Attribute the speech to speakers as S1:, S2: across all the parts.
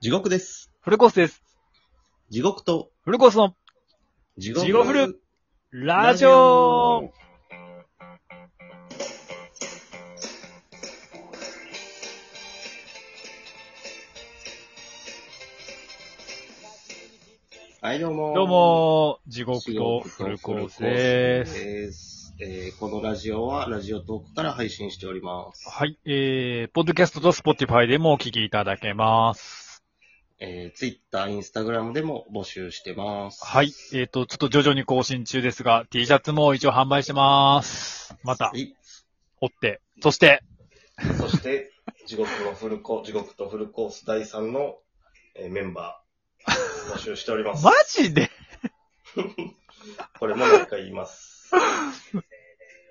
S1: 地獄です。
S2: フルコースです。
S1: 地獄と、
S2: フルコースの
S1: 地
S2: 地獄フルラジオ
S1: はい、どうも。
S2: どう。も、地獄
S1: 地
S2: と
S1: 獄と
S2: フルコ
S1: フルコー
S2: ー
S1: ス
S2: スです。
S1: です。えーこのラジオは、ラジオトークから配信しております。
S2: はい、えー、ポッドキャストとスポティファイでもお聞きいただけます。
S1: えー、Twitter、Instagram でも募集してます。
S2: はい、えっ、と、ちょっと徐々に更新中ですが、T シャツも一応販売してます。また
S1: は、い。
S2: 追って。そして、
S1: そして、地獄のフルコ、地獄とフルコース第3の、えーメンバー、募集しております
S2: マ。ジで
S1: これもう一回言います。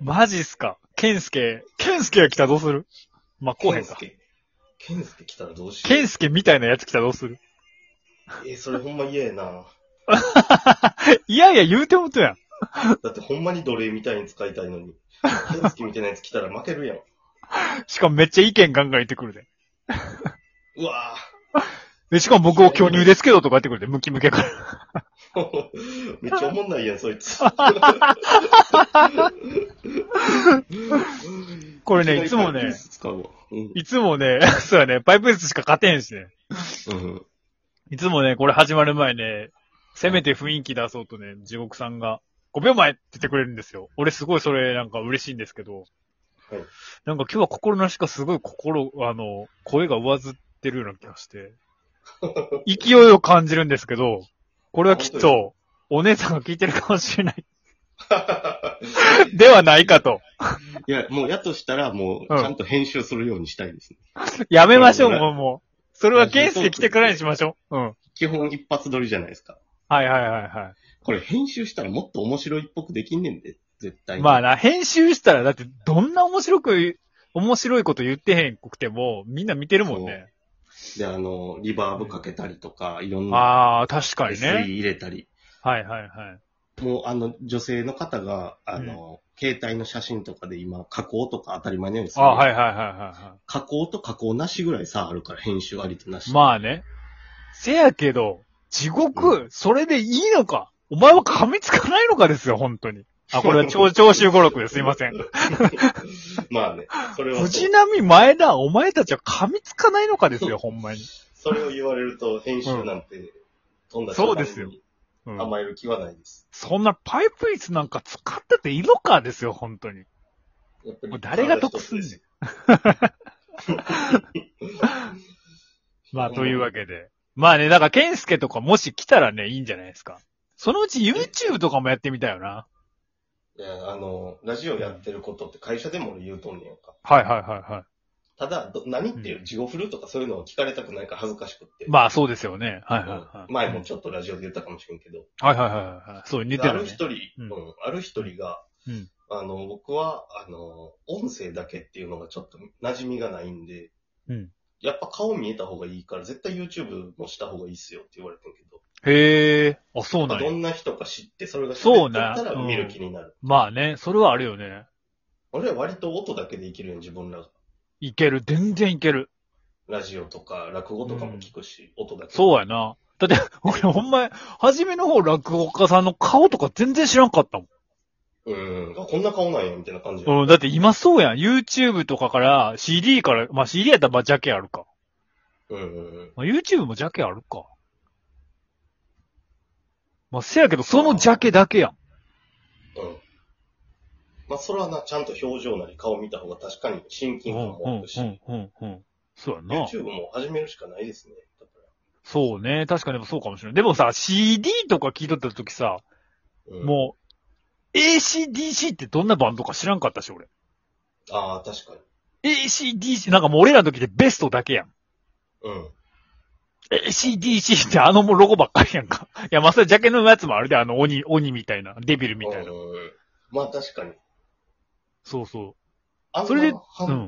S2: マジっすかケンスケ、ケンスケが来たらどうするまあ、こうへんか。
S1: ケンスケ。ケンスケ来たらどうしよう。
S2: ケンスケみたいなやつ来たらどうする
S1: えーそれほんま嫌やな。
S2: いやいや、言うてもとやん。
S1: だってほんまに奴隷みたいに使いたいのに。ケンスケみたいなやつ来たら負けるやん。
S2: しかもめっちゃ意見ガンガン言ってくるで。
S1: うわ
S2: で、しかも僕を巨乳ですけどとか言ってくれて、ムキムキから。
S1: ぁ。 めっちゃおもんないやん、そいつ。
S2: これね、いつもね、
S1: 使うわ。うん。
S2: いつもね、 そうやね、パイプ椅子しか勝てんしね。
S1: うん。
S2: いつもね、これ始まる前ね、せめて雰囲気出そうとね、地獄さんが、5秒前って言ってくれるんですよ。俺すごいそれなんか嬉しいんですけど、
S1: はい
S2: なんか今日は心なしかすごい心、あの、声が上ずってるような気が して、勢いを感じるんですけど、これはきっと、お姉さんが聞いてるかもしれ ない。ではないか と。
S1: いや、もうやとしたら、もう、
S2: うん
S1: ちゃんと編集するようにしたいですね。
S2: やめましょう、
S1: うん
S2: もう、もう。それはケンスケ来てからにしましょう。うん。
S1: 基本一発撮りじゃないですか。
S2: はいはいはいは
S1: これ編集したらもっと面白いっぽくできんねんで、絶対
S2: い。
S1: に。
S2: まあな、編集したら、だってどんな面白く、面白いこと言ってへんくても、みんな見てるもんね。
S1: で、あの、リバーブかけたりとか、いろんな
S2: ああ、確かに
S1: SE
S2: ね。
S1: 入れたり。
S2: はいはいはい。
S1: もう、あの、女性の方が、あの、携帯の写真とかで今、加工とか当たり前のようにす
S2: あ
S1: る
S2: あ、はいはいはいはいは
S1: 加工と加工なしぐらいさ、あるから、編集ありとなし。
S2: い。まあね。せやけど、地獄、それでいいのかお前は噛みつかないのかですよ、本当に。あ、これは超、超集語録です。すいません。
S1: まあね。それはそ
S2: 藤
S1: う、
S2: 波前田、お前たちは噛みつかないのかですよ、ほんまに。
S1: それを言われると、編集なんて、とんだ
S2: そうですよう
S1: 商売
S2: ん
S1: に甘える気はないです。
S2: そんなパイプ椅子なんか使ってていいのかですよ、本当に。
S1: やっぱ
S2: もう
S1: り
S2: 誰が得すんねん。まあ、というわけで。まあね、だから、ケンスケとかもし来たらね、いいんじゃないですか。そのうち YouTube とかもやってみたいよな。
S1: いや、あの、ラジオやってることって会社でも俺言うとんねやんか。
S2: はいはいはいは
S1: ただ、ど何っていうう、地獄振るとかそういうのを聞かれたくないから恥ずかしくって。
S2: い。まあ、そうですよね。はいはいはい。
S1: うん前もちょっとラジオで言ったかもしれんけど。
S2: はいはいはいはい。そう、似て
S1: あ
S2: る
S1: る
S2: ね
S1: 一。人、う
S2: うんん、
S1: ある一人が、
S2: うん
S1: あの、僕は、あの、音声だけっていうのがちょっと馴染みがないんで、
S2: うん
S1: やっぱ顔見えた方がいいから、絶対 YouTube もした方がいいっすよって言われてるけど、
S2: へえ。あ、そうなん
S1: ど
S2: や。
S1: んな人か知って、それが知
S2: そう
S1: って
S2: ね
S1: たら見る気になる。
S2: まあね、それはあるよね。
S1: 俺は割と音だけでいけるよ、自分らが。
S2: いける、全然いける。
S1: ラジオとか、落語とかも聞くし、音だけ。
S2: そうやな。だって、 俺、ほんま、初めの方、落語家さんの顔とか全然知らんかったもん。
S1: うん。あこんな顔なんや、みたいな感じや。
S2: うん、だって今そうやん。YouTube とかから CD から、まあ CD やったらまあジャケあるか。
S1: うんうんうん。
S2: まあ、YouTube もジャケあるか。まあ、せやけど、そのジャケだけやん。
S1: うん。まあ、それはな、ちゃんと表情なり顔見た方が確かに親
S2: う
S1: 近感
S2: ん、う
S1: もあ
S2: ん
S1: る、し、
S2: うん、うん、うん。そうやな。
S1: YouTube も始めるしかないですね。だか
S2: そうね。確かにそうかもしれない。でもさ、CD とか聞いとった時さ、
S1: ら。うん、
S2: もう、ACDC ってどんなバンドか知らんかったし、俺。
S1: ああ、確か
S2: ACDC、なんかもう俺らの時でベストだけやん。
S1: に。うん。
S2: ACDC ってあのもうロゴばっかりやんか。いや、まあ、それジャケのやつもあるで、あの鬼、鬼みたいな、デビルみたいな。
S1: うんまあ、確かに。
S2: そうそ
S1: あん
S2: それで
S1: な
S2: う。
S1: 半
S2: うん。
S1: う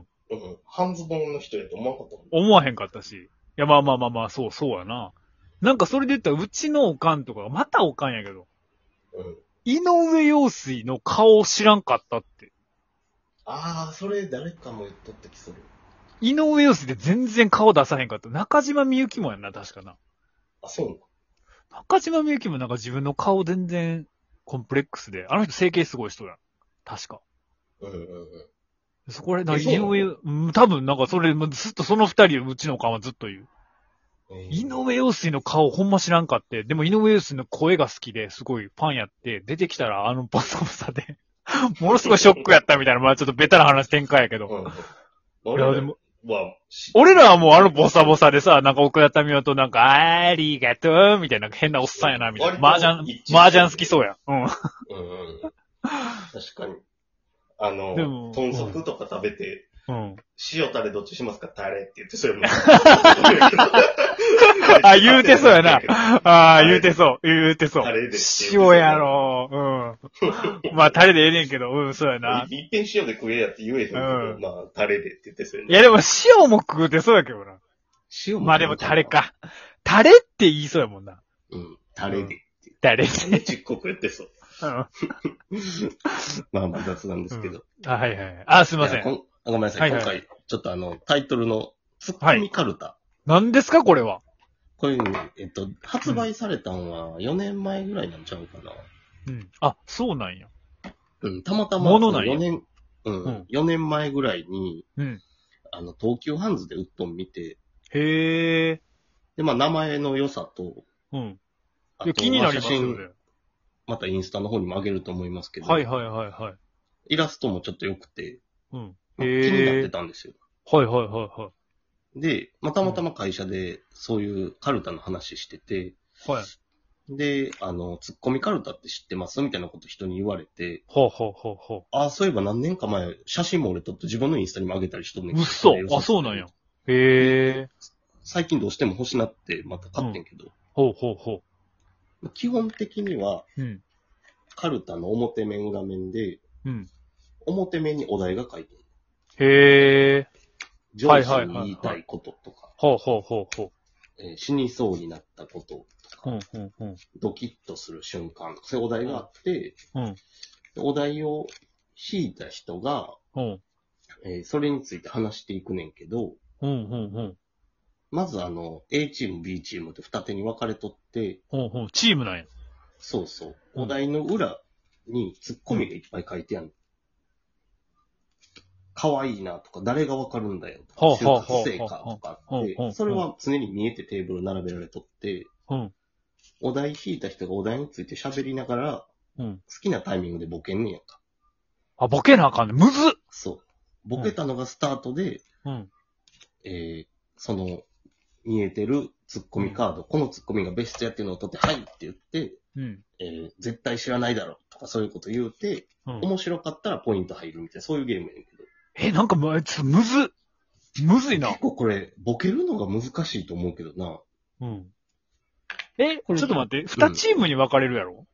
S1: ん。半ズボンの人やと思わなかったもん。
S2: 思わへんかったし。いや、まあまあまあまあ、そう、そうやな。なんかそれで言ったら、うちのおかんとか、またおかんやけど、
S1: うん。
S2: 井上陽水の顔を知らんかったって。
S1: ああ、それ誰かも言っとった気する。
S2: 井上陽水で全然顔出さへんかった。中島みゆきもやんな、確かな。
S1: あ、そうなの
S2: 中島みゆきもなんか自分の顔全然コンプレックスで、あの人整形すごい人やん。確か。
S1: うんうんうん。
S2: そこら、なん
S1: え
S2: か
S1: そう
S2: 井
S1: なの
S2: 上、うん、多分なんかそれ、もうずっとその二人、うちの勘はずっと言う。
S1: えー
S2: 井上陽水の顔ほんま知らんかって、でも井上陽水の声が好きですごいファンやって、出てきたらあのボサボサで、 ものすごいショックやったみたいな、まあちょっとベタな話展開やけど。
S1: うんうん。
S2: いや
S1: 俺ら
S2: でも
S1: は、し
S2: 俺らはもうあのボサボサでさ、なんか奥田民生となんか、ありがとうみたいな変なおっさんやな、みたいな。麻
S1: 割と
S2: 雀
S1: 一致して、る
S2: 麻雀好きそうや。うん。
S1: うんうんうん。確かに。あの
S2: でも、
S1: 豚足とか食べて、
S2: うん。
S1: 塩タレどっちしますかタレって言って、それも。
S2: あ、言うてそうや な。ああ、言うてそう。言うてそう
S1: タレでって。
S2: 塩やろう。うん。まあ、タレでええねんけど、うん、そうやな。
S1: いいっぺん塩で食えやって言えへんけど、
S2: うん
S1: まあ、タレでって言ってそうや
S2: い
S1: な
S2: や、でも塩も食うてそうやけどな。
S1: 塩
S2: まあでもタレ。か。タレって言いそうやもんな。
S1: うん、タレで。
S2: タレ。
S1: ちっこくやってそう。
S2: うん。あ、
S1: まあまあ雑なんですけど。
S2: はいはい。あ、すいませ
S1: いやこ
S2: ん。
S1: んあごめんなさい。
S2: はいはい
S1: 今回、ちょっとあの、タイトルの、ツッコミカルタ。
S2: 何ですか、これは。
S1: これ、えっと、発売されたんは4年前ぐらいなんちゃうかな。
S2: うん。あ、そうなんや。
S1: うん、たまたま、
S2: ものなんや
S1: 4年、うん、
S2: うん
S1: 4年前ぐらいに、
S2: うん。
S1: あの、東急ハンズでウッドン見て、
S2: へえ。
S1: で、まあ、名前の良さと、
S2: うん。
S1: あ
S2: い
S1: と
S2: や気になりま
S1: あ
S2: す
S1: 写
S2: よ
S1: 真
S2: ね。
S1: またインスタの方にも上げると思いますけど、
S2: はいはいはいはい。
S1: イラストもちょっと良くて、
S2: うん。
S1: まあ
S2: へー
S1: 気になってたんですよ。
S2: はいはいはいは
S1: で、まあ、たまたま会社でそういうカルタの話してて、
S2: い。はい。
S1: で、あの、ツッコミカルタって知ってますみたいなこと人に言われて、
S2: ほうほうほうほ
S1: ああ、そういえば何年か前、写真も俺撮って自分のインスタにも上げたりしとんね
S2: う。
S1: んけ
S2: う
S1: ど
S2: っそ。あ、そうなんや。。へえ。
S1: 最近どうしても欲しなって、また買ってんけど、
S2: ほうほうほ
S1: 基本的には、
S2: う。うん。
S1: カルタの表面裏面で、
S2: うん。
S1: 表面にお題が書いてある。
S2: へえ。
S1: 上司に言いたいこととか、
S2: ほうほうほうほ
S1: えー死にそうになったことと
S2: う。う
S1: か、
S2: んうんうん。
S1: ドキッとする瞬間とか、そういうお題があって、
S2: うん。
S1: でお題を引いた人が、
S2: うん。
S1: えーそれについて話していくねんけど、
S2: うんうんうん。
S1: まずあの、A チーム、B チームって二手に分かれとって、
S2: ほうほう。チームなんや。
S1: そうそう、
S2: うん
S1: お題の裏にツッコミがいっぱい書いてある。可愛いなとか、誰がわかるんだよとか、
S2: ほうほう
S1: 就
S2: ほう
S1: 活生かとかあっ
S2: ほうほうほう
S1: て、それは常に見えてテーブル並べられとって、
S2: うん。
S1: お題引いた人がお題について喋りながら、
S2: うん。
S1: 好きなタイミングでボケんねやんか。
S2: あ、ボケなあかんね。むずっ
S1: そう。ボケたのがスタートで、
S2: うん。
S1: えーその、見えてるツッコミカード、このツッコミがベストやっていうのを取って、はいって言って、
S2: うん。
S1: えー絶対知らないだろうとかそういうこと言うて、
S2: うん、
S1: 面白かったらポイント入るみたいな、そういうゲームやねんけど。
S2: え、なんかまあ、ちょっとむずっむずいな
S1: 結。構これ、ボケるのが難しいと思うけどな。
S2: うん。え、ちょ
S1: こ
S2: っ
S1: れ
S2: と待って。二チームに分かれるやろ、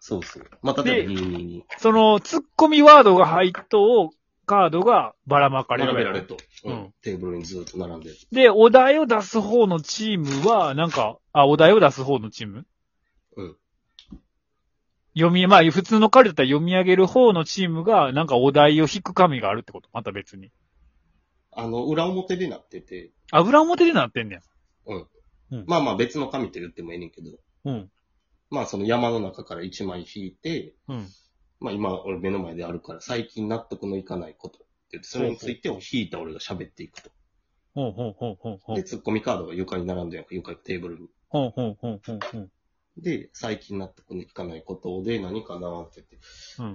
S1: そうそう。まあ、例えば222。
S2: その、ツッコミワードが入っと、カードがばらまかれ
S1: 並
S2: る
S1: べ
S2: や
S1: られ
S2: ろ
S1: ると、
S2: う
S1: うんん。テーブルにずっと並んでる。
S2: で、お題を出す方のチームは、なんか、あ、お題を出す方のチーム
S1: うん。
S2: 読み、まあ、普通のカルタだったら読み上げる方のチームが、なんかお題を引く紙があるってことまた別に。
S1: あの、裏表になってて、
S2: あ、裏表でなってんね
S1: まあまあ別の紙と言ってもええねんけど、
S2: や。うん。
S1: まあその山の中から1枚引いて、
S2: うん。
S1: まあ今俺目の前であるから最近納得のいかないことって言って、それについてを引いた俺が喋っていくと。
S2: ほうほうほうほうほう
S1: で、。ツッコミカードが床に並んでるやんか、床にテーブルに。
S2: ほうほうほうほうほう。
S1: で、最近納得のいかないことで何かなって言って、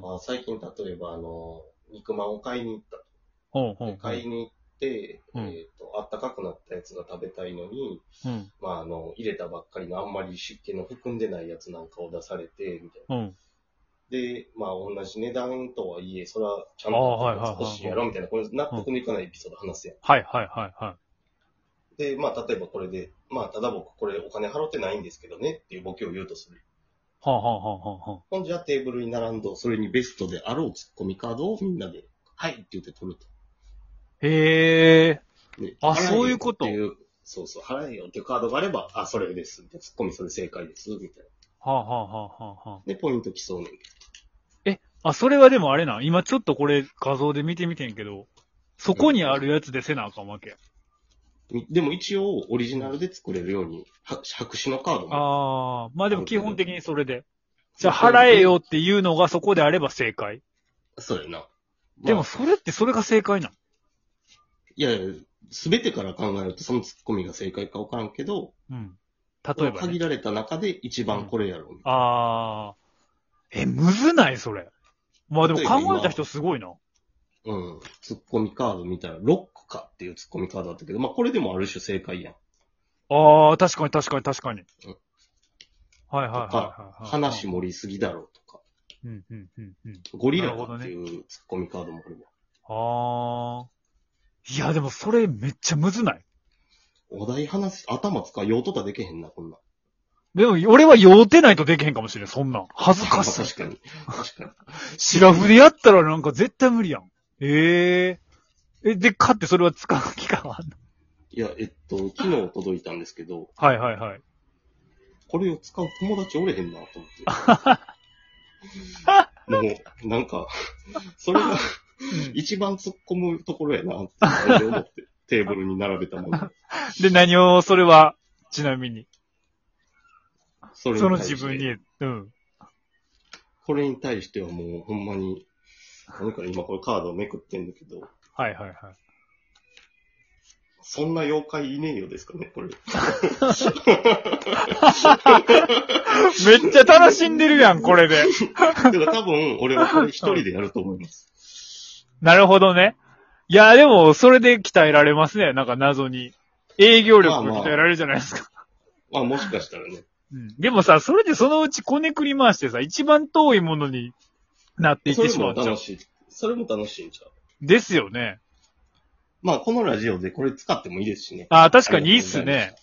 S2: うん。
S1: あ最近例えばあの、肉まんを買いに行ったと。
S2: ほうほ
S1: で
S2: うほ。
S1: 買いうに行って、
S2: うん
S1: えっ、と、あったかくなったやつが食べたいのに、
S2: うん。
S1: まああの、入れたばっかりのあんまり湿気の含んでないやつなんかを出されて、みたいな。
S2: うん。
S1: で、まあ、同じ値段とはいえ、それはちゃん
S2: ああはいはいはい
S1: と欲しいやろみたいな、これ納得のいかないエピソード話すやん。
S2: はいはいはいは
S1: で、まあ、例えばこれで、まあ、ただ僕これお金払ってないんですけどねっていうボケを言うとする。
S2: い。はあ、はあはあはあはあ、
S1: ほんじゃテーブルに並んど、それにベストであろうツッコミカードをみんなで、はいって言って取る
S2: へえ。
S1: と。で
S2: あ
S1: 払えよ
S2: そういうこと
S1: っていう、そうそう、払えよっていうカードがあれば、あ、それです。みたいなツッコミそれ正解です。みたいな。
S2: はあ、はあはあはあはあ、
S1: で、ポイント競うねんけ
S2: あ、それはでもあれな。今ちょっとこれ画像で見てみてんけど、そこにあるやつでせなあかんわけ。
S1: でも一応、オリジナルで作れるように、は白紙のカードも。
S2: ああ、まあでも基本的にそれで。じゃあ払えよっていうのがそこであれば正解。
S1: そうやな。まあ
S2: でも、それってそれが正解なん。
S1: いやいや、すべてから考えるとそのツッコミが正解かわからんけど、
S2: うん。例えば、
S1: 限
S2: ね。
S1: られた中で一番これやろう。
S2: ああ。え、むずないそれ。まあでも
S1: 例えば今
S2: 考えた人すごいな。
S1: うん。ツッコミカード見たら、ロックかっていうツッコミカードだったけど、まあこれでもある種正解やん。
S2: ああ、確かに確かに確かに
S1: うん。
S2: はいはいはいはいはい。
S1: 話盛りすぎだろうとか、
S2: うんうんうんうん。
S1: ゴリラ
S2: なるほ
S1: か
S2: ど
S1: っ
S2: ね
S1: ていうツッコミカードもあるわ。
S2: ああ。いや、でもそれめっちゃむずない。
S1: お題話し、頭使いようとたでけへんな、こんなん。
S2: でも、俺は酔うてないとできへんかもしれん、そんなん。恥ずかし
S1: 確
S2: い。
S1: かに。確かに。
S2: シラフでやったらなんか絶対無理やん。えええ、で、買ってそれは使う機会はあんの
S1: いや、えっと、昨日届いたんですけど、
S2: はいはいはい。
S1: これを使う友達おれへんな、と思っ て。もう、なんか、それが一番突っ込むところやな、って思って、テーブルに並べたもの。
S2: で、何を、それは、ちなみに。
S1: それに対して
S2: その自分に、うん。
S1: これに対してはもうほんまに、何か今これカードをめくってんだけど、
S2: はいはいはい。
S1: そんな妖怪いねえよですかね、これ。
S2: めっちゃ楽しんでるやん、これで。
S1: てか多分俺はこれ一人でやると思います。
S2: なるほどね。いや、でも、それで鍛えられますね、なんか謎に。営業力
S1: まあまあ
S2: 鍛えられるじゃないですか。
S1: まあもしかしたらね。
S2: うんでもさ、それでそのうちこねくり回してさ、一番遠いものになっていっ
S1: そ
S2: て
S1: れ
S2: し
S1: も
S2: まうんちゃ
S1: 楽
S2: う。
S1: しい。それも楽しいんちゃう。
S2: ですよね。
S1: まあこのラジオでこれ使ってもいいですしね。
S2: あー確かにいいっすね。